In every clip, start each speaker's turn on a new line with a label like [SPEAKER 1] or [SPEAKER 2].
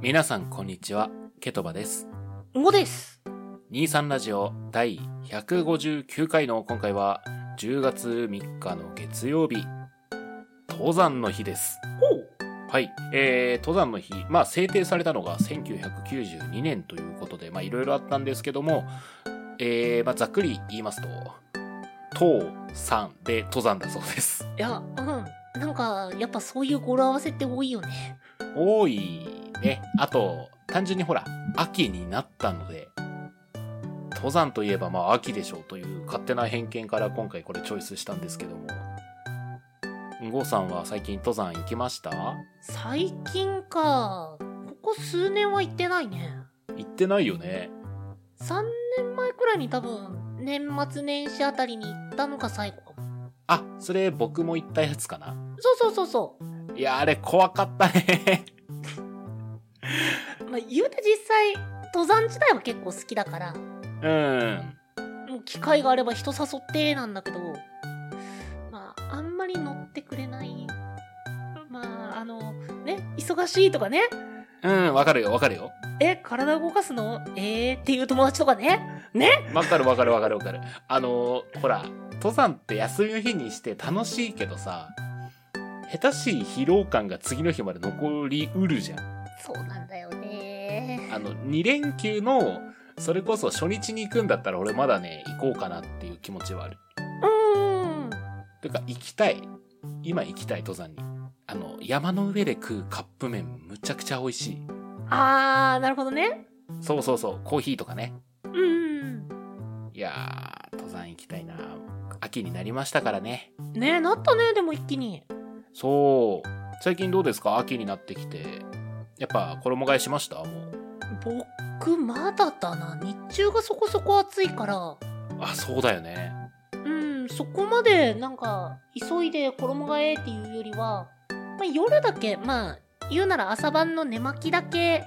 [SPEAKER 1] 皆さんこんにちはケトバです
[SPEAKER 2] もです。
[SPEAKER 1] 23ラジオ第159回の今回は10月3日の月曜日登山の日です
[SPEAKER 2] ほう。
[SPEAKER 1] はい、えー、登山の日、まあ、制定されたのが1992年ということで、まあ、いろいろあったんですけども、えーまあ、ざっくり言いますと、登山で登山だそうです。
[SPEAKER 2] いや、うん。なんか、やっぱそういう語呂合わせって多いよね。
[SPEAKER 1] 多いね。あと、単純にほら、秋になったので、登山といえばまあ秋でしょうという勝手な偏見から今回これチョイスしたんですけども、ゴーさんは最近登山行きました
[SPEAKER 2] 最近か。ここ数年は行ってないね。
[SPEAKER 1] 行ってないよね。
[SPEAKER 2] 3年前くらいに多分、年末年始あたりに行ったのが最後かも。
[SPEAKER 1] あ、それ僕も行ったやつかな。
[SPEAKER 2] そうそうそうそ
[SPEAKER 1] いや、あれ怖かったね。
[SPEAKER 2] う。まあ、言うて実際、登山自体は結構好きだから、
[SPEAKER 1] うん。
[SPEAKER 2] もう機会があれば人誘ってなんだけど、まあ、あんまり乗ってくれない。まあ、あの、ね、忙しいとかね、
[SPEAKER 1] うん、わかるよ、わかるよ。
[SPEAKER 2] え、体動かすのえー、っていう友達とかね。
[SPEAKER 1] わかるわかるわかるわかる。あのーほら、登山って休みの日にして楽しいけどさ、下手しい疲労感が次の日まで残りうるじゃん。
[SPEAKER 2] そうなんだよね。
[SPEAKER 1] あの、2連休の、それこそ初日に行くんだったら俺まだね、行こうかなっていう気持ちはある。
[SPEAKER 2] うーん。
[SPEAKER 1] てか、行きたい。今行きたい、登山に。あの、山の上で食うカップ麺、むちゃくちゃ美味しい。
[SPEAKER 2] あー、なるほどね。
[SPEAKER 1] そうそうそう、コーヒーとかね。
[SPEAKER 2] うん。
[SPEAKER 1] いやー、登山行きたいな。秋になりましたからね。
[SPEAKER 2] ねえ、なったね、でも一気に。
[SPEAKER 1] そう。最近どうですか秋になってきて。やっぱ衣替えしましたもう。
[SPEAKER 2] 僕、まだだな。日中がそこそこ暑いから、
[SPEAKER 1] あ、そうだよね。
[SPEAKER 2] うん、そこまで、なんか、急いで衣替えっていうよりは、まあ、夜だけ、まあ、言うなら朝晩の寝巻きだけ、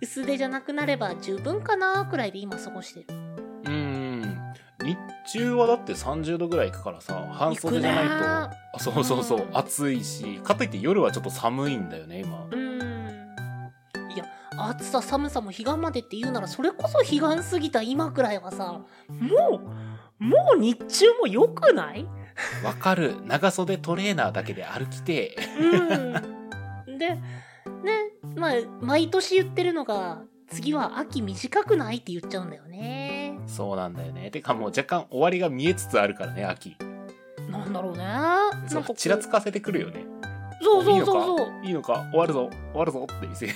[SPEAKER 2] 薄手じゃなくなれば十分かな、くらいで今過ごしてる。
[SPEAKER 1] うーん。日中はだって30度ぐらいいくからさ、半袖じゃない
[SPEAKER 2] 行く
[SPEAKER 1] と。
[SPEAKER 2] な
[SPEAKER 1] あそうそうそう、
[SPEAKER 2] うん
[SPEAKER 1] 暑いし、かといって夜はちょっと寒いんだよね、今
[SPEAKER 2] う。ーんいや暑さ寒さも彼岸までって言うならそれこそ彼岸過ぎた今くらいはさもうもう日中も良くない
[SPEAKER 1] わかる。長袖トレーナーだけで歩きて。
[SPEAKER 2] うんでねまあ毎年言ってるのが次は秋短くないって言っちゃうんだよね
[SPEAKER 1] そうなんだよね。てかもう若干終わりが見えつつあるからね、秋。
[SPEAKER 2] なんだろうねなん
[SPEAKER 1] そう
[SPEAKER 2] かこう
[SPEAKER 1] ちらつかせてくるよね。
[SPEAKER 2] そ
[SPEAKER 1] い
[SPEAKER 2] う
[SPEAKER 1] い
[SPEAKER 2] そう
[SPEAKER 1] の
[SPEAKER 2] そ
[SPEAKER 1] か
[SPEAKER 2] うそう
[SPEAKER 1] いいのか終わるぞ終わるぞって見せる。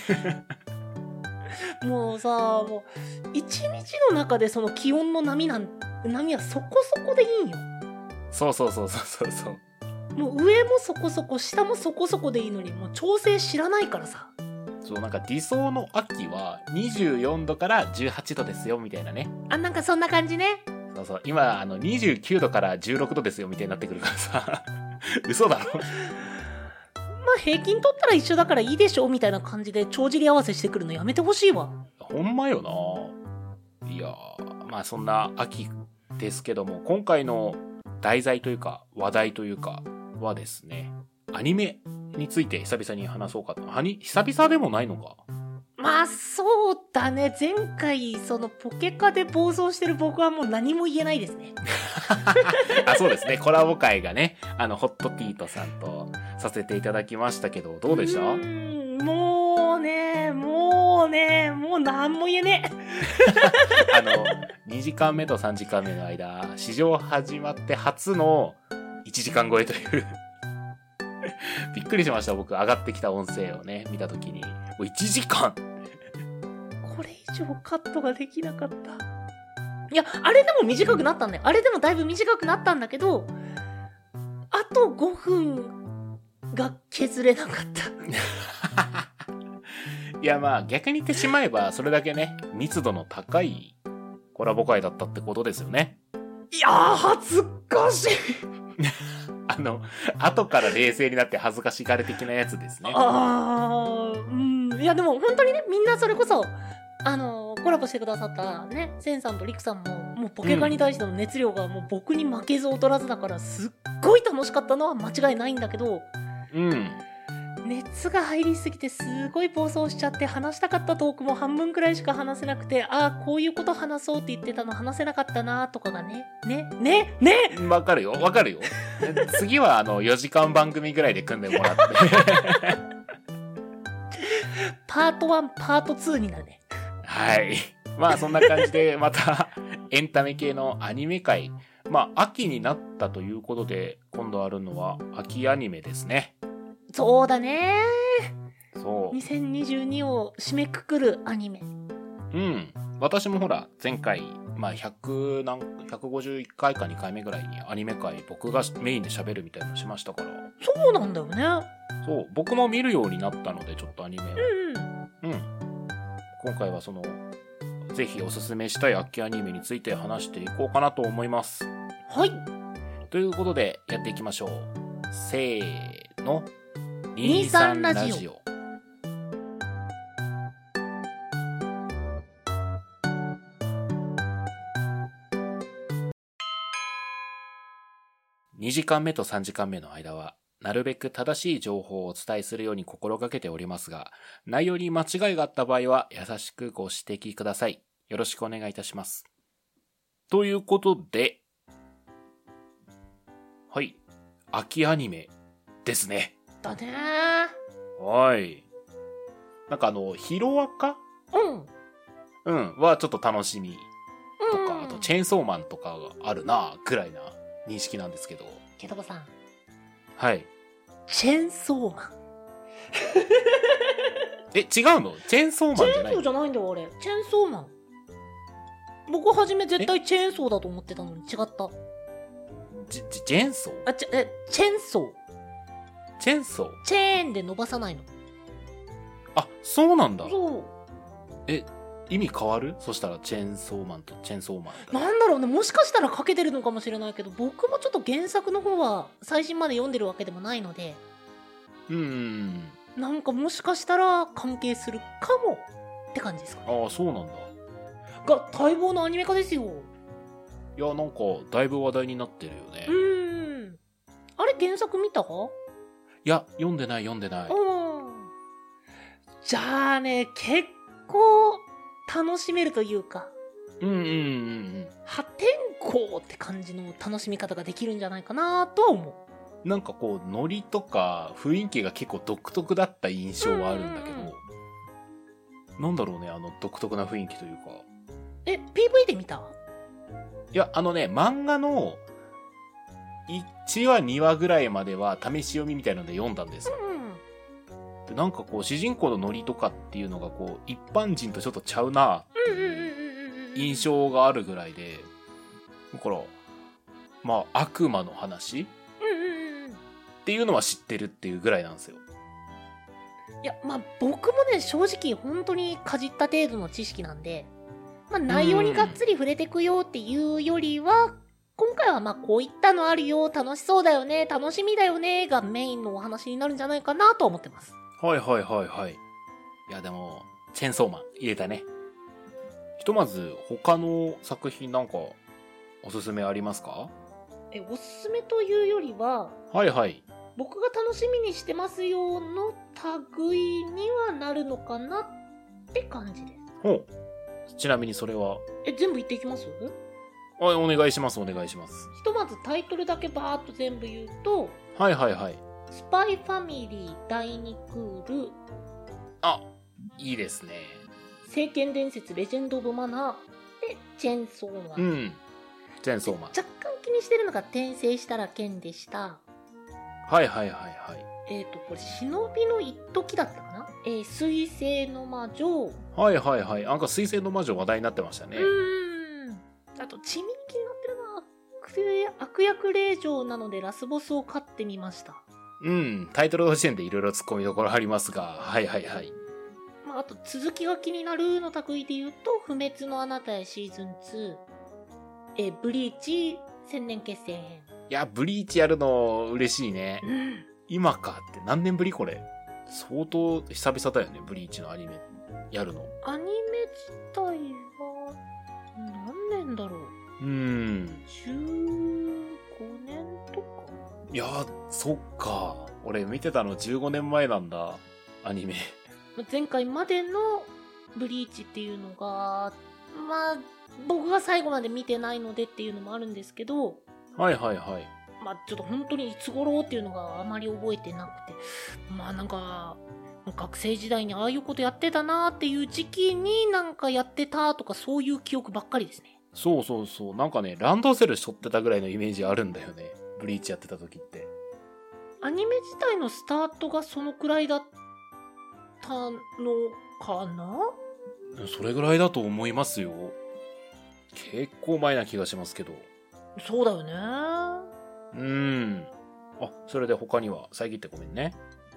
[SPEAKER 2] もうさもう一日の中でその気温の波なん波はそこそこでいいんよ
[SPEAKER 1] そうそうそうそうそうそう。
[SPEAKER 2] もう上もそこそこ下もそこそこでいいのにもう調整知らないからさ
[SPEAKER 1] そうなんか理想の秋は24度から18度ですよみたいなね
[SPEAKER 2] あなんかそんな感じね
[SPEAKER 1] そうそう今あの29度から16度ですよみたいになってくるからさ 嘘だろ
[SPEAKER 2] まあ平均取ったら一緒だからいいでしょみたいな感じで帳尻合わせしてくるのやめてほしいわ
[SPEAKER 1] ほんまよないやーまあそんな秋ですけども今回の題材というか話題というかはですねアニメについて久々に話そうかとはに久々でもないのか
[SPEAKER 2] まあそうだね前回そのポケカで暴走してる僕はもう何も言えないですね
[SPEAKER 1] あそうですねコラボ会がねあのホットティートさんとさせていただきましたけどどうでした
[SPEAKER 2] ーんもうねもうねもう何も言えねえ
[SPEAKER 1] あの、2時間目と3時間目の間、史上始まって初の1時間超えという。 びっくりしました、僕。上がってきた音声をね、見たときに。おい1時間
[SPEAKER 2] これ以上カットができなかったいやあれでも短くなったんだよあれでもだいぶ短くなったんだけどあと5分が削れなかった
[SPEAKER 1] いや、まあ、逆に言ってしまえば、それだけね、密度の高いコラボ会だったってことですよね。
[SPEAKER 2] いやー恥ずかしい
[SPEAKER 1] あの、後から冷静になって恥ずかしがれ的なやつですね。
[SPEAKER 2] ああうんいやでも本当にねみんなそれこそあのーコラボしてくださったねセンさんとリクさんももうポケカに対しての熱量がもう僕に負けず劣らずだからすっごい楽しかったのは間違いないんだけど
[SPEAKER 1] うん。
[SPEAKER 2] 熱が入りすぎてすごい暴走しちゃって話したかったトークも半分くらいしか話せなくてああこういうこと話そうって言ってたの話せなかったなとかがねねねね
[SPEAKER 1] わかるよ、わかるよ。次は、あの、4時間番組ぐらいで組んでもらって。
[SPEAKER 2] パート1パート2になるね
[SPEAKER 1] はい。まあ、そんな感じで、また、 エンタメ系のアニメ界。まあ、秋になったということで、今度あるのは、秋アニメですね。
[SPEAKER 2] そうだね
[SPEAKER 1] そう。
[SPEAKER 2] 2022を締めくくるアニメ
[SPEAKER 1] うん。私もほら、前回、まあ、100何、151回か2回目ぐらいにアニメ界、僕がメインで喋るみたいなのしましたから。
[SPEAKER 2] そうなんだよね
[SPEAKER 1] そう。僕も見るようになったので、ちょっとアニメを。
[SPEAKER 2] うんうん
[SPEAKER 1] うん。今回はその、ぜひおすすめしたい秋アニメについて話していこうかなと思います。
[SPEAKER 2] はい
[SPEAKER 1] ということで、やっていきましょう。せーの。
[SPEAKER 2] 23ラジオ
[SPEAKER 1] オ。2時間目と3時間目の間は、なるべく正しい情報をお伝えするように心がけておりますが、内容に間違いがあった場合は優しくご指摘ください。よろしくお願いいたします。ということで、はい。秋アニメですね。
[SPEAKER 2] だね
[SPEAKER 1] はい。なんかあの、ヒロアカ
[SPEAKER 2] うんうん
[SPEAKER 1] うん。はちょっと楽しみとか、あとチ
[SPEAKER 2] ェ
[SPEAKER 1] ェーンソーマンとかがあるな、くらいな認識なんですけど。
[SPEAKER 2] ケトバさん
[SPEAKER 1] はい。
[SPEAKER 2] チェーンソーマン
[SPEAKER 1] え、違うのチェーンソーマン
[SPEAKER 2] チ
[SPEAKER 1] じ
[SPEAKER 2] ェ
[SPEAKER 1] ゃな
[SPEAKER 2] ーンソー
[SPEAKER 1] い
[SPEAKER 2] じゃないんだよあれチェーンソーマン僕は初め絶対チェーンソーだと思ってたのに違った
[SPEAKER 1] ジジジェンソー
[SPEAKER 2] あちえチェーンソー
[SPEAKER 1] チェーンソー
[SPEAKER 2] チェーンで伸ばさないの
[SPEAKER 1] あ、そうなんだ。
[SPEAKER 2] そう
[SPEAKER 1] 意味変わるそしたらチェーンソーマンとチェーンソーマンだ。
[SPEAKER 2] なんだろうねもしかしたらかけてるのかもしれないけど僕もちょっと原作の方は最新まで読んでるわけでもないので
[SPEAKER 1] うーん。
[SPEAKER 2] なんかもしかしたら関係するかもって感じですかね
[SPEAKER 1] ああ、そうなんだ。
[SPEAKER 2] が待望のアニメ化ですよ
[SPEAKER 1] いや、なんか、だいぶ話題になってるよね。
[SPEAKER 2] う
[SPEAKER 1] い
[SPEAKER 2] ーんあれ原作見たか
[SPEAKER 1] や、読んでない、読んでない。
[SPEAKER 2] うんじゃあね、結構楽しめるというか、
[SPEAKER 1] うんうんうんうん。
[SPEAKER 2] 破天荒って感じの楽しみ方ができるんじゃないかなとは思
[SPEAKER 1] なんかこう、ノリとか雰囲気が結構独特だった印象はあるんだけ
[SPEAKER 2] うんうん
[SPEAKER 1] ど、なんだろうね、あの独特な雰囲気というか。
[SPEAKER 2] う。え、PV で見た
[SPEAKER 1] いや、あのね、漫画の1話、2話ぐらいまでは試し読みみたいので読んだんですよ。
[SPEAKER 2] う
[SPEAKER 1] でなんかこう、主人公のノリとかっていうのがこう、一般人とちょっとちゃうな、
[SPEAKER 2] ん。うんうんうんうんうん。
[SPEAKER 1] 印。象があるぐらいで、だから、まあ、悪魔の話っ
[SPEAKER 2] うんうんうん。
[SPEAKER 1] ていうのは知ってるっていうぐらいなんですよ。
[SPEAKER 2] いや、まあ僕もね、正直本当にかじった程度の知識なんで、まあ内容にがっつり触れてくよっていうよりは、今回はまあこういったのあるよ、楽しそうだよね、楽しみだよね、がメインのお話になるんじゃないかなと思ってます。
[SPEAKER 1] はいはいはいはい。いやでも、チェーンソーマン入れたね。ひとまず他の作品なんかおすすめありますか
[SPEAKER 2] えおすすめというよりは
[SPEAKER 1] はいはい。
[SPEAKER 2] 僕が楽しみにしてますよの類にはなるのかなって感じです
[SPEAKER 1] ほう。ちなみにそれは、
[SPEAKER 2] え全部言っていきます
[SPEAKER 1] あお願いしますお願いします。
[SPEAKER 2] ひとまずタイトルだけバーっと全部言うと
[SPEAKER 1] はいはいはい。
[SPEAKER 2] 「スパイファミリー第2クール」
[SPEAKER 1] あ、いいですね。
[SPEAKER 2] 「聖剣伝説レジェンド・オブ・マナー」で「チェンソーマン」
[SPEAKER 1] うん。チェーンソーマン。
[SPEAKER 2] 若干気にしてるのが「転生したら剣」でした
[SPEAKER 1] はいはいはいはい。
[SPEAKER 2] えっ、とこれ忍びの一時だったかなえー、水星の魔女
[SPEAKER 1] はいはいはい。なんか水星の魔女話題になってましたね。
[SPEAKER 2] うーんあと地味に気になってるな悪霊悪役令嬢なのでラスボスを飼ってみました、
[SPEAKER 1] うん。タイトルの時点でいろいろ突っ込みどころありますが、はいはいはい。
[SPEAKER 2] まあ、あと続きが気になるの類で言うと「不滅のあなたへシーズン2」えーブリーチ」「千年決戦編
[SPEAKER 1] いや、ブリーチやるの嬉しいね」。
[SPEAKER 2] うん
[SPEAKER 1] 今かって何年ぶりこれ相当久々だよねブリーチのアニメやるの
[SPEAKER 2] アニメ自体は何年だろう
[SPEAKER 1] うーん
[SPEAKER 2] 15年とか
[SPEAKER 1] いやー、そっか。俺見てたの15年前なんだ。アニメ。
[SPEAKER 2] 前回までのブリーチっていうのが、まあ、僕が最後まで見てないのでっていうのもあるんですけど、
[SPEAKER 1] はいはいはい。
[SPEAKER 2] まあ、ちょっと本当にいつ頃っていうのがあまり覚えてなくて、まあなんか、学生時代にああいうことやってたなーっていう時期になんかやってたとかそういう記憶ばっかりですね。
[SPEAKER 1] そうそうそう。なんかね、ランドセル背負ってたぐらいのイメージあるんだよね。ブリーチやってた時って。
[SPEAKER 2] アニメ自体のスタートがそのくらいだったのかな
[SPEAKER 1] それぐらいだと思いますよ。結構前な気がしますけど。
[SPEAKER 2] そうだよね。
[SPEAKER 1] うーん。あ、それで他には、遮ってごめんね。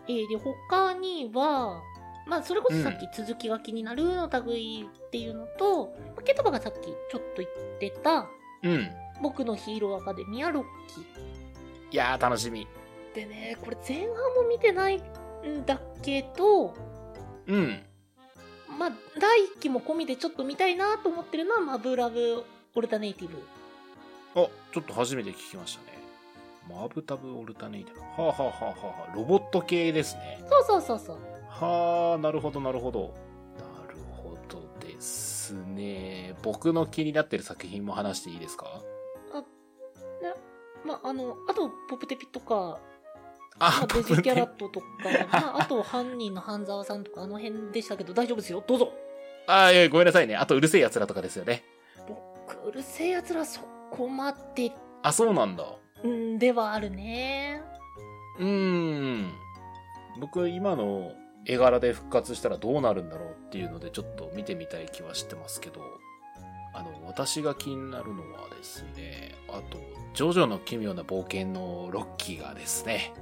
[SPEAKER 2] えーで他には、まあ、それこそさっき続きが気になるの類っていうのと、まあケトバがさっきちょっと言ってた
[SPEAKER 1] うん。
[SPEAKER 2] 「僕のヒーローアカデミアロッキー
[SPEAKER 1] いやー、楽しみ。」
[SPEAKER 2] でねこれ前半も見てないんだけど
[SPEAKER 1] うん。
[SPEAKER 2] まあ第1期も込みでちょっと見たいなと思ってるのは「マブラブオルタネイティブ
[SPEAKER 1] あ、ちょっと初めて聞きましたね。マブタブオルタネイティブ。はあ、はあはあはあはあ、ロボット系ですね」。
[SPEAKER 2] そうそうそうそう
[SPEAKER 1] はあ、なるほどなるほど。なるほどですね。僕の気になってる作品も話していいですか
[SPEAKER 2] まああのあとポプテピとか、まあ、
[SPEAKER 1] あ、
[SPEAKER 2] デジキャラッ
[SPEAKER 1] 僕ね
[SPEAKER 2] トとか、まあ、あと犯人の半沢さんとかあの辺でしたけど大丈夫ですよどうぞ
[SPEAKER 1] あ、いやごめんなさいね。あと、うるせえ奴らとかですよね。
[SPEAKER 2] 僕うるせえやつらそこまで
[SPEAKER 1] あ、そうなんだ。
[SPEAKER 2] うんではあるね
[SPEAKER 1] うーん。僕、今の絵柄で復活したらどうなるんだろうっていうので、ちょっと見てみたい気はしてますけど、あの、私が気になるのはですね、あと、ジョジョの奇妙な冒険のロッキーがですね、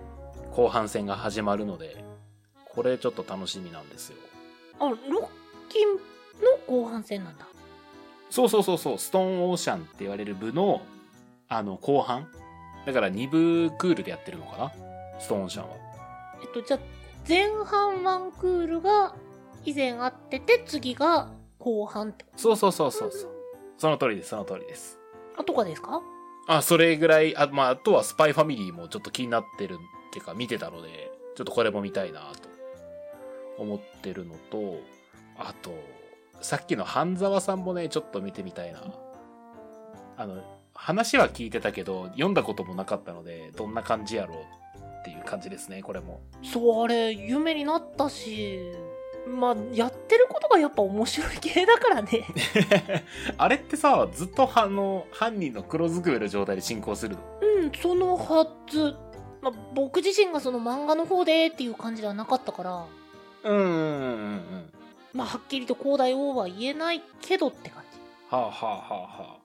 [SPEAKER 1] 後半戦が始まるので、これちょっと楽しみなんですよ。
[SPEAKER 2] あロッキンの後半戦なんだ
[SPEAKER 1] そうそうそうそう、ストーンオーシャンって言われる部の、あの、後半。だから2部クールでやってるのかなストーンオーシャンは。
[SPEAKER 2] えっとじゃあ前半ワンクールが以前あってて次が後半ってこと
[SPEAKER 1] そうそうそうそうそう。その通りです、その通りです。
[SPEAKER 2] あとかですか
[SPEAKER 1] あ、それぐらい、あ、まあ、あとはスパイファミリーもちょっと気になってるっていうか見てたので、ちょっとこれも見たいなと思ってるのと、あと、さっきの半沢さんもね、ちょっと見てみたいな。あの、話は聞いてたけど、読んだこともなかったので、どんな感じやろうっていう感じですね、これ も。
[SPEAKER 2] そうあれ夢になったしまあやってることがやっぱ面白い系だか らね
[SPEAKER 1] あれってさ、ずっとあの、犯人の黒ずくめの状態で進行するの
[SPEAKER 2] うんそのはず、まあ、僕自身がその漫画の方でっていう感じではなかったから
[SPEAKER 1] うんうんうんうんうん。
[SPEAKER 2] まあはっきりと広大王は言えないけどって感じ
[SPEAKER 1] はあはあはあは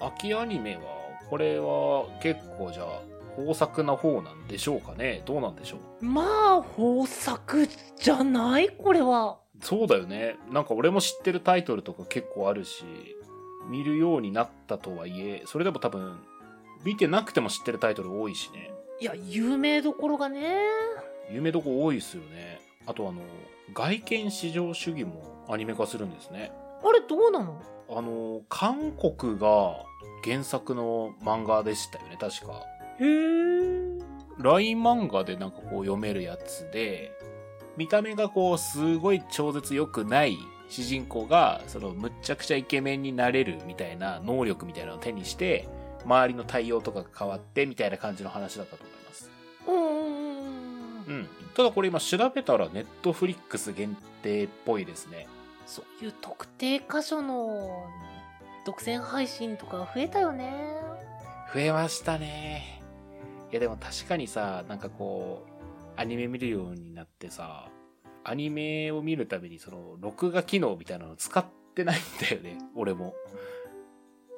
[SPEAKER 1] あ秋アニメはこれは結構じゃあ豊作な方なんでしょうかねどうなんでしょう
[SPEAKER 2] まあ豊作じゃないこれは
[SPEAKER 1] そうだよねなんか俺も知ってるタイトルとか結構あるし見るようになったとはいえそれでも多分見てなくても知ってるタイトル多いしね
[SPEAKER 2] いや有名どころがね
[SPEAKER 1] 有名どこ多いですよねあとあの外見至上主義もアニメ化するんですね
[SPEAKER 2] あれどうなの
[SPEAKER 1] あの韓国が原作の漫画でしたよね確か
[SPEAKER 2] へえ
[SPEAKER 1] ライン漫画でなんかこう読めるやつで、見た目がこうすごい超絶良くない主人公が、そのむっちゃくちゃイケメンになれるみたいな能力みたいなのを手にして、周りの対応とかが変わってみたいな感じの話だったと思います。
[SPEAKER 2] うんうんうん
[SPEAKER 1] うん。ただこれ今調べたらネットフリックス限定っぽいですね。
[SPEAKER 2] そういう特定箇所の独占配信とか増えたよね
[SPEAKER 1] 増えましたね。いやでも確かにさ、なんかこう、アニメ見るようになってさ、アニメを見るためにその、録画機能みたいなの使ってないんだよね、 俺も。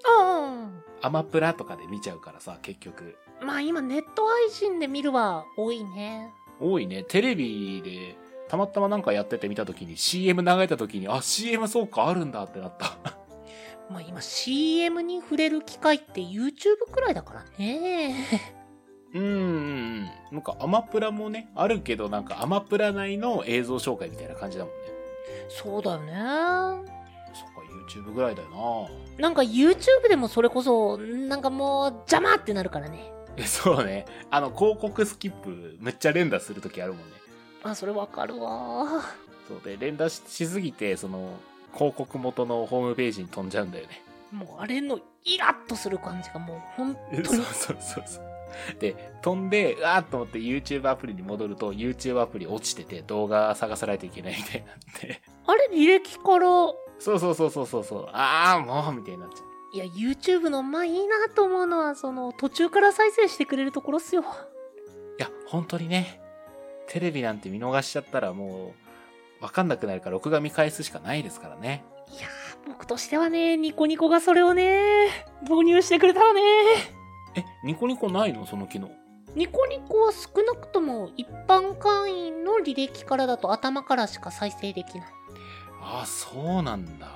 [SPEAKER 2] あ
[SPEAKER 1] アマプラとかで見ちゃうからさ、結局。
[SPEAKER 2] あまあ今ネット配信で見るは多いね
[SPEAKER 1] 多いね、テレビで、たまたまなんかやってて見た時に CM 流れた時に、あ、CM そうかあるんだってなった。
[SPEAKER 2] まあ今 CM に触れる機会って YouTube くらいだからね
[SPEAKER 1] うんうんうん。なんかアマプラもね、あるけどなんかアマプラ内の映像紹介みたいな感じだもんね。
[SPEAKER 2] そうだよね
[SPEAKER 1] そっか、YouTube ぐらいだよな。
[SPEAKER 2] なんか YouTube でもそれこそ、なんかもう邪魔ってなるからね。
[SPEAKER 1] え そうね。あの、広告スキップ、めっちゃ連打するときあるもんね。
[SPEAKER 2] あ、それわかるわ
[SPEAKER 1] そうで、連打ししすぎて、その、広告元のホームページに飛んじゃうんだよね。
[SPEAKER 2] ー。もうあれのイラッとする感じがもうほん
[SPEAKER 1] そう
[SPEAKER 2] 当に
[SPEAKER 1] そうそうそう。で、飛んで、うわーっと思って YouTube アプリに戻ると、YouTube アプリ落ちてて、動画探さないといけないみたいになって。
[SPEAKER 2] あれ履歴から、
[SPEAKER 1] そうそうそうそうそうそう。あー、もう、みたいになっちゃう。
[SPEAKER 2] いや、YouTube のまあいいなと思うのは、その途中から再生してくれるところっすよ。
[SPEAKER 1] いや、本当にね、テレビなんて見逃しちゃったらもう、わかんなくなるから、録画見返すしかないですからね。
[SPEAKER 2] いやー、僕としてはね、ニコニコがそれをね、導入してくれたらね。
[SPEAKER 1] え、ニコニコないのその機能。
[SPEAKER 2] ニコニコは少なくとも一般会員の履歴からだと頭からしか再生できない。
[SPEAKER 1] ああ、そうなんだ。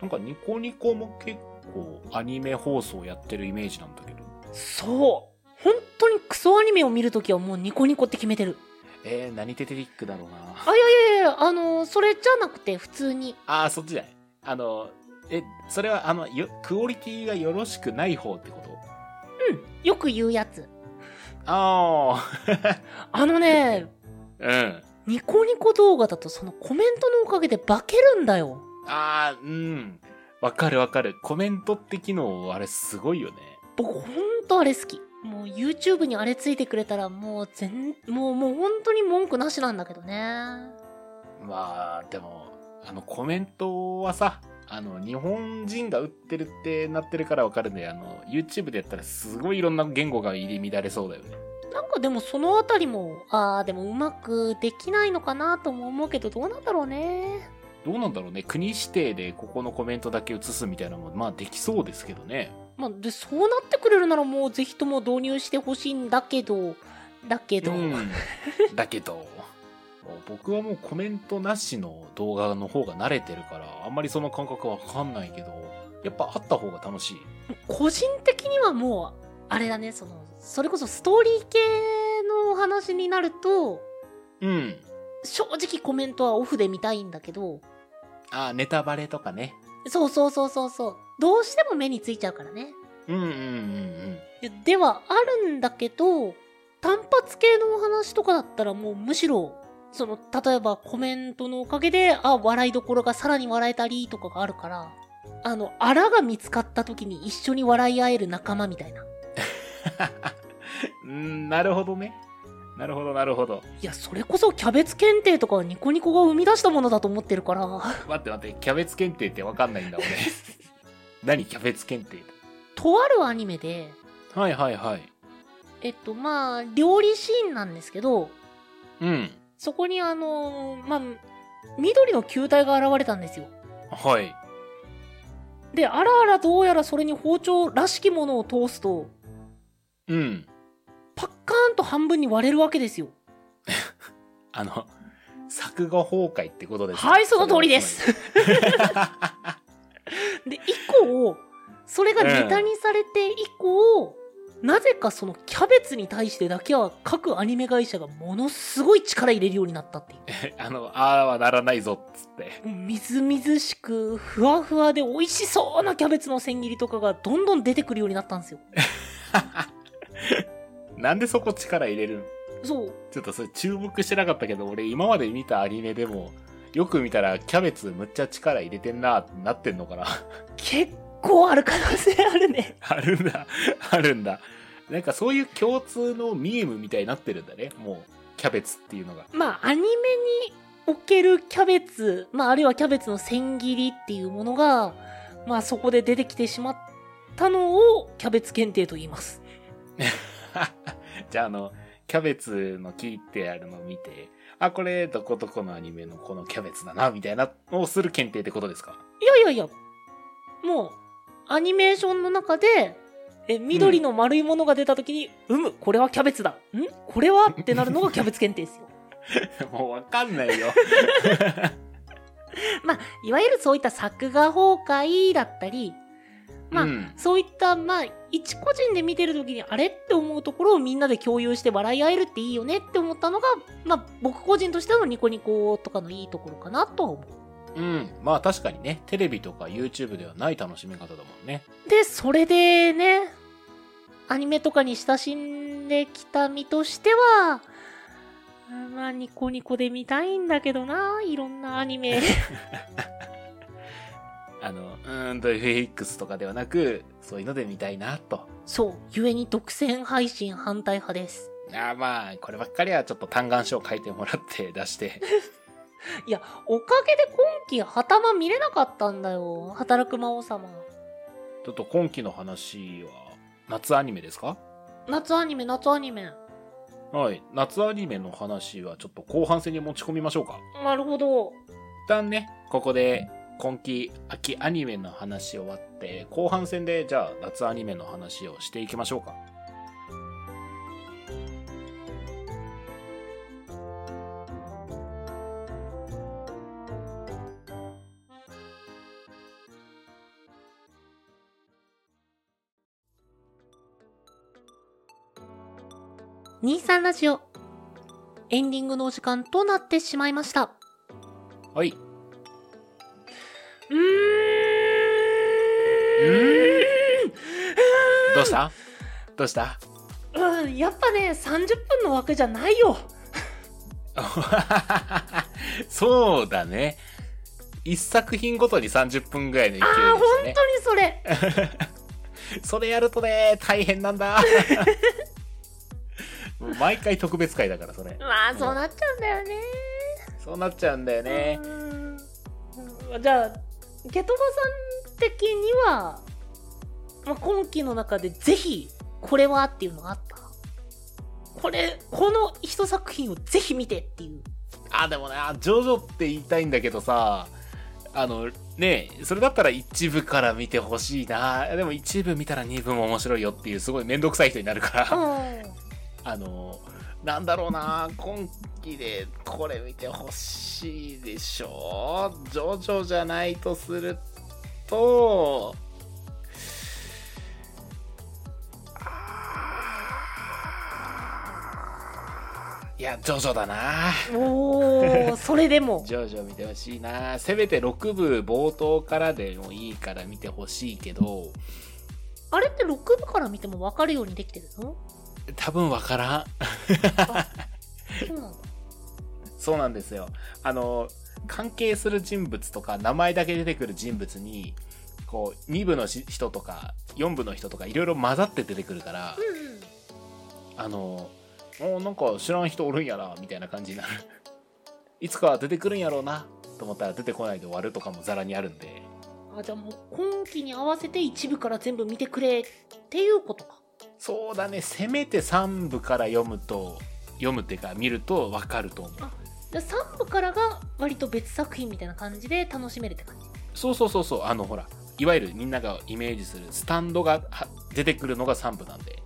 [SPEAKER 1] なんかニコニコも結構アニメ放送やってるイメージなんだけど。
[SPEAKER 2] そう本当にクソアニメを見るときはもうニコニコって決めてる。
[SPEAKER 1] えー、何テテリックだろうな。
[SPEAKER 2] あ、いやいやいや、あのーそれじゃなくて普通に。
[SPEAKER 1] ああ、そっちじゃない。あの、え、それはあの、よ、クオリティがよろしくない方ってこと
[SPEAKER 2] うん、よく言うやつ。
[SPEAKER 1] あ
[SPEAKER 2] あのね、
[SPEAKER 1] あ、うん。
[SPEAKER 2] ニコニコ動画だとそのコメントのおかげで化けるんだよ。
[SPEAKER 1] ああ、うん。わかるわかる。コメントって機能、あれすごいよね。
[SPEAKER 2] 僕ほんとあれ好き。もう YouTube にあれついてくれたらもう全、もうもう本当に文句なしなんだけどね。
[SPEAKER 1] まあ、でも、あの、コメントはさ、あの、日本人が売ってるってなってるからわかるんで、あの、YouTube でやったらすごいいろんな言語が入り乱れそうだよね。
[SPEAKER 2] なんかでもそのあたりも、ああ、でもうまくできないのかなとも思うけど、どうなんだろうね。
[SPEAKER 1] どうなんだろうね。国指定でここのコメントだけ移すみたいなのも、まあできそうですけどね。
[SPEAKER 2] まあ、で、そうなってくれるならもうぜひとも導入してほしいんだけど、だけど、
[SPEAKER 1] うん。だけど、僕はもうコメントなしの動画の方が慣れてるから、あんまりその感覚わかんないけど、やっぱあった方が楽しい。
[SPEAKER 2] 個人的にはもう、あれだね、その、それこそストーリー系のお話になると、
[SPEAKER 1] うん。
[SPEAKER 2] 正直コメントはオフで見たいんだけど、
[SPEAKER 1] あ、ネタバレとかね。
[SPEAKER 2] そうそうそうそうそう、どうしても目についちゃうからね。
[SPEAKER 1] うんうんうんうん。
[SPEAKER 2] いやではあるんだけど単発系のお話とかだったらもうむしろその例えばコメントのおかげであ笑いどころがさらに笑えたりとかがあるからあのあらが見つかった時に一緒に笑い合える仲間みたいないう
[SPEAKER 1] ーん、なるほどね。なるほど、なるほど。
[SPEAKER 2] やそれこそキャベツ検定とかはニコニコが生み出したものだと思ってるから
[SPEAKER 1] 待って待って、キャベツ検定ってわかんない んだ、俺。何、キャベツ検定
[SPEAKER 2] とあるアニメで
[SPEAKER 1] はいはいはい。
[SPEAKER 2] えっとまあ料理シーンなんですけど
[SPEAKER 1] うん。
[SPEAKER 2] そこにあのまあ緑の球体が現れたんですよ
[SPEAKER 1] はい。
[SPEAKER 2] であらあらどうやらそれに包丁らしきものを通すと
[SPEAKER 1] うん。
[SPEAKER 2] パッカーンと半分に割れるわけですよ
[SPEAKER 1] あの、作画崩壊ってことですね
[SPEAKER 2] はいその通りで。すで以降それがネタにされて以降、なぜかそのキャベツに対してだけは各アニメ会社がものすごい力入れるようになったっていう
[SPEAKER 1] つまりあの、ああはならないぞ、っつって。
[SPEAKER 2] もうみずみずしくふわふわで美味しそうなキャベツの千切りとかがどんどん出てくるようになったんですよ
[SPEAKER 1] なんでそこ力入れるん
[SPEAKER 2] そう
[SPEAKER 1] ちょっとそれ注目してなかったけど、俺今まで見たアニメでも、よく見たらキャベツむっちゃ力入れてんなってなってんのかな。
[SPEAKER 2] 結構ある可能性あるね
[SPEAKER 1] あるんだ。あるんだ。なんかそういう共通のミームみたいになってるんだね。もう、キャベツっていうのが。
[SPEAKER 2] まあ、アニメにおけるキャベツ、まあ、あるいはキャベツの千切りっていうものが、まあ、そこで出てきてしまったのを、キャベツ検定と言います。
[SPEAKER 1] じゃああの、キャベツの切ってあるのを見て、あ、これ、どこどこのアニメのこのキャベツだな、みたいなのをする検定ってことですか
[SPEAKER 2] いやいやいや、もう、アニメーションの中で、え、緑の丸いものが出た時に、うむ、これはキャベツだ。んこれはってなるのがキャベツ検定ですよ。
[SPEAKER 1] もうわかん ないよ。
[SPEAKER 2] まあ、 いわゆるそういった作画崩壊だったり、まあ
[SPEAKER 1] うん、
[SPEAKER 2] そういった、まあ、一個人で見てる時にあれって思うところをみんなで共有して笑い合えるっていいよねって思ったのが、まあ、僕個人としてのニコニコとかのいいところかなとは思
[SPEAKER 1] うん。まあ確かにね、テレビとか YouTube ではない楽しみ方だもんね。
[SPEAKER 2] う。で、それでね、アニメとかに親しんできた身としては、うんまあ、ニコニコで見たいんだけどな、いろんなアニメ。
[SPEAKER 1] あの、うーんと FX とかではなく、そういうので見たいなと。
[SPEAKER 2] そう、ゆえに独占配信反対派です。
[SPEAKER 1] あーまあ、こればっかりはちょっと嘆願書を書いてもらって出して。
[SPEAKER 2] いや、おかげで今期、旗間見れなかったんだよ。働く魔王様。
[SPEAKER 1] ちょっと今期の話は、夏アニメですか
[SPEAKER 2] 夏アニメ、夏アニメ。
[SPEAKER 1] はい。夏アニメの話はちょっと後半戦に持ち込みましょうか。
[SPEAKER 2] なるほど。
[SPEAKER 1] 一旦ね、ここで今期秋アニメの話終わって、後半戦でじゃあ夏アニメの話をしていきましょうか。
[SPEAKER 2] 23ラジオ。エンディングのお時間となってしまいました。
[SPEAKER 1] はい。
[SPEAKER 2] うーん。
[SPEAKER 1] どうしたどうした
[SPEAKER 2] うん、やっぱね、30分の枠じゃないよ。
[SPEAKER 1] そうだね。一作品ごとに30分ぐらいの勢いで
[SPEAKER 2] ああ、本
[SPEAKER 1] したね。
[SPEAKER 2] 当に それ。
[SPEAKER 1] それやるとね、大変なん だ。もう毎回特別会だから、それ。
[SPEAKER 2] まあ、そうなっちゃうんだよね。
[SPEAKER 1] そうなっちゃうんだよね。
[SPEAKER 2] うんじゃあゲトバさん的には、まあ、今期の中でぜひこれはっていうのがあったこれこの一作品をぜひ見てっていう
[SPEAKER 1] あ、でもな、ジョジョって言いたいんだけどさ、あの、ねえそれだったら一部から見てほしいな。でも一部見たら二部も面白いよっていう、すごいめんどくさい人になるから。
[SPEAKER 2] う
[SPEAKER 1] あの、なんだろうな、今期でこれ見てほしいでしょジョジョじゃないとすると、あーいや、ジョジョだな。
[SPEAKER 2] ん おおそれでも
[SPEAKER 1] ジョジョ見てほしいな。せめて6部冒頭からでもいいから見てほしいけど、
[SPEAKER 2] あれって6部から見ても分かるようにできてるの
[SPEAKER 1] 多分わからん。
[SPEAKER 2] そうなんだ
[SPEAKER 1] そうなんですよ。あの、関係する人物とか、名前だけ出てくる人物に、こう、2部のし人とか、4部の人とか、いろいろ混ざって出てくるから、
[SPEAKER 2] う
[SPEAKER 1] あの、おなんか知らん人おるんやな、みたいな感じになる。 いつかは出てくるんやろうな、と思ったら出てこないで終わるとかもザラにあるんで。
[SPEAKER 2] んうんあじゃあもう今期に合わせて一部から全部見てくれっていうことか
[SPEAKER 1] そうだね、せめて3部から読むと、読むっていうか見るとわかると思う。
[SPEAKER 2] じゃあ3部からが割と別作品みたいな感じで楽しめるって感じ
[SPEAKER 1] そうそうそうそう、あのほら、いわゆるみんながイメージするスタンドがは出てくるのが3部なんで。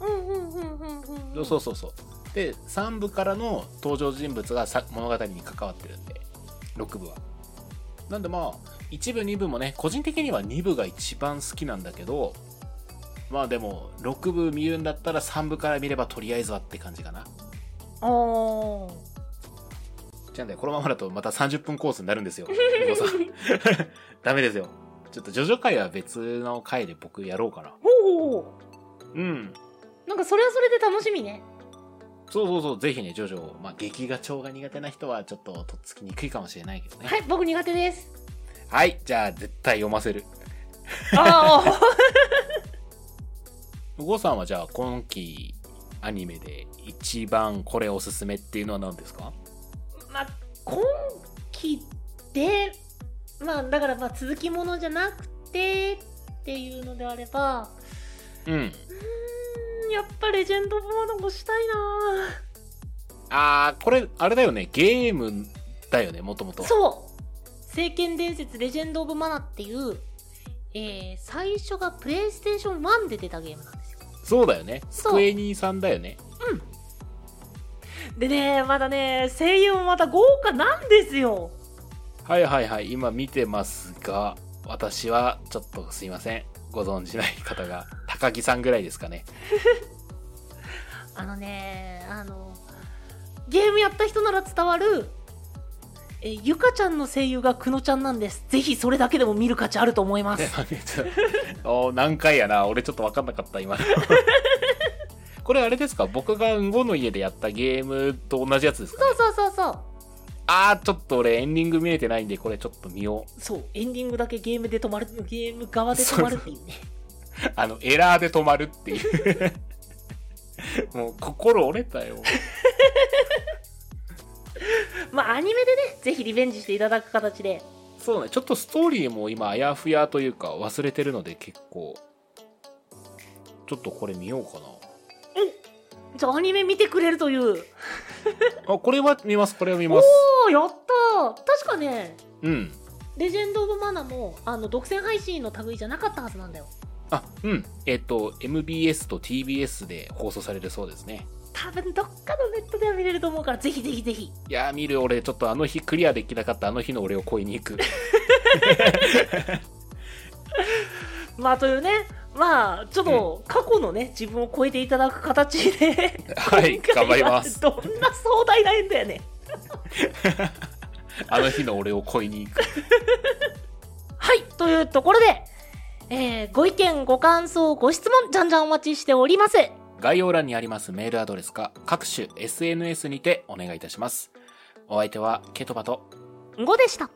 [SPEAKER 2] うんうんうんうんうん
[SPEAKER 1] そうそうそうそうで3部からの登場人物がさ物語に関わってるんで6部はなんでまあ1部2部もね個人的には2部が一番好きなんだけどまあでも6部見るんだったら3部から見ればとりあえずはって感じかな
[SPEAKER 2] あ
[SPEAKER 1] じゃあねこのままだとまた30分コースになるんですよ皆 さんダメですよちょっとジョジョ会は別の回で僕やろうかな
[SPEAKER 2] あほうほうほ
[SPEAKER 1] うん
[SPEAKER 2] うなんかそれはそれで楽しみね
[SPEAKER 1] そうそうそうぜひねジョジョまあ劇画調が苦手な人はちょっととっつきにくいかもしれないけどね
[SPEAKER 2] はい僕苦手です
[SPEAKER 1] はい、じゃあ絶対読ませる。
[SPEAKER 2] ああ
[SPEAKER 1] ゴさんはじゃあ今期アニメで一番これおすすめっていうのは何ですか
[SPEAKER 2] まあ今期でまあだからまあ続きものじゃなくてっていうのであれば
[SPEAKER 1] うん。
[SPEAKER 2] うーんやっぱレジェンドボードもしたいな
[SPEAKER 1] あー、これ、あれだよね。ゲームだよね、もともと。
[SPEAKER 2] そう「聖剣伝説レジェンド・オブ・マナ」っていう、えー最初がプレイステーション1で出たゲームなんですよ
[SPEAKER 1] そうだよね。ス
[SPEAKER 2] そう
[SPEAKER 1] クエニーさんだよね。
[SPEAKER 2] でねまだね声優もまた豪華なんですよ
[SPEAKER 1] はいはいはい、今見てますが、私はちょっとすいません。ご存じない方が、高木さんぐらいですかね。
[SPEAKER 2] あのねあのゲームやった人なら伝わるえーゆかちゃんの声優がくのちゃんなんですぜひそれだけでも見る価値あると思います
[SPEAKER 1] ねなんか言ってたお何回やな俺ちょっと分かんなかった 今のこれあれですか僕がうんごの家でやったゲームと同じやつですか、
[SPEAKER 2] そうそうそうそう
[SPEAKER 1] あーちょっと俺エンディング見えてないんでこれちょっと見よ
[SPEAKER 2] そうエンディングだけゲームで止まるゲーム側で止まるっていうね
[SPEAKER 1] うあのエラーで止まるっていうもう心折れたよ
[SPEAKER 2] まあアニメでねぜひリベンジしていただく形で
[SPEAKER 1] そうねちょっとストーリーも今あやふやというか忘れてるので結構ちょっとこれ見ようかな
[SPEAKER 2] じゃあアニメ見てくれるという
[SPEAKER 1] あこれは見ますこれは見
[SPEAKER 2] お
[SPEAKER 1] ます
[SPEAKER 2] おーやったー確かね
[SPEAKER 1] うん
[SPEAKER 2] レジェンド・オブ・マナもあの独占配信の類じゃなかったはずなんだよ
[SPEAKER 1] あうんえっ、と MBS と TBS で放送されるそうですね
[SPEAKER 2] 多分どっかのネットでは見れると思うからぜひぜひぜひ
[SPEAKER 1] いやー見る俺ちょっとあの日クリアできなかったあの日の俺を超えに行く
[SPEAKER 2] まあというねまあちょっと過去のね自分を超えていただく形で
[SPEAKER 1] はい
[SPEAKER 2] 今回
[SPEAKER 1] 頑張ります
[SPEAKER 2] どんな壮大な縁だよね
[SPEAKER 1] あの日の俺を超えに行く
[SPEAKER 2] はい、というところで、えーご意見、ご感想、ご質問、じゃんじゃんお待ちしております。
[SPEAKER 1] 概要欄にありますメールアドレスか各種 SNS にてお願いいたしますお相手はケトバと
[SPEAKER 2] んごでした。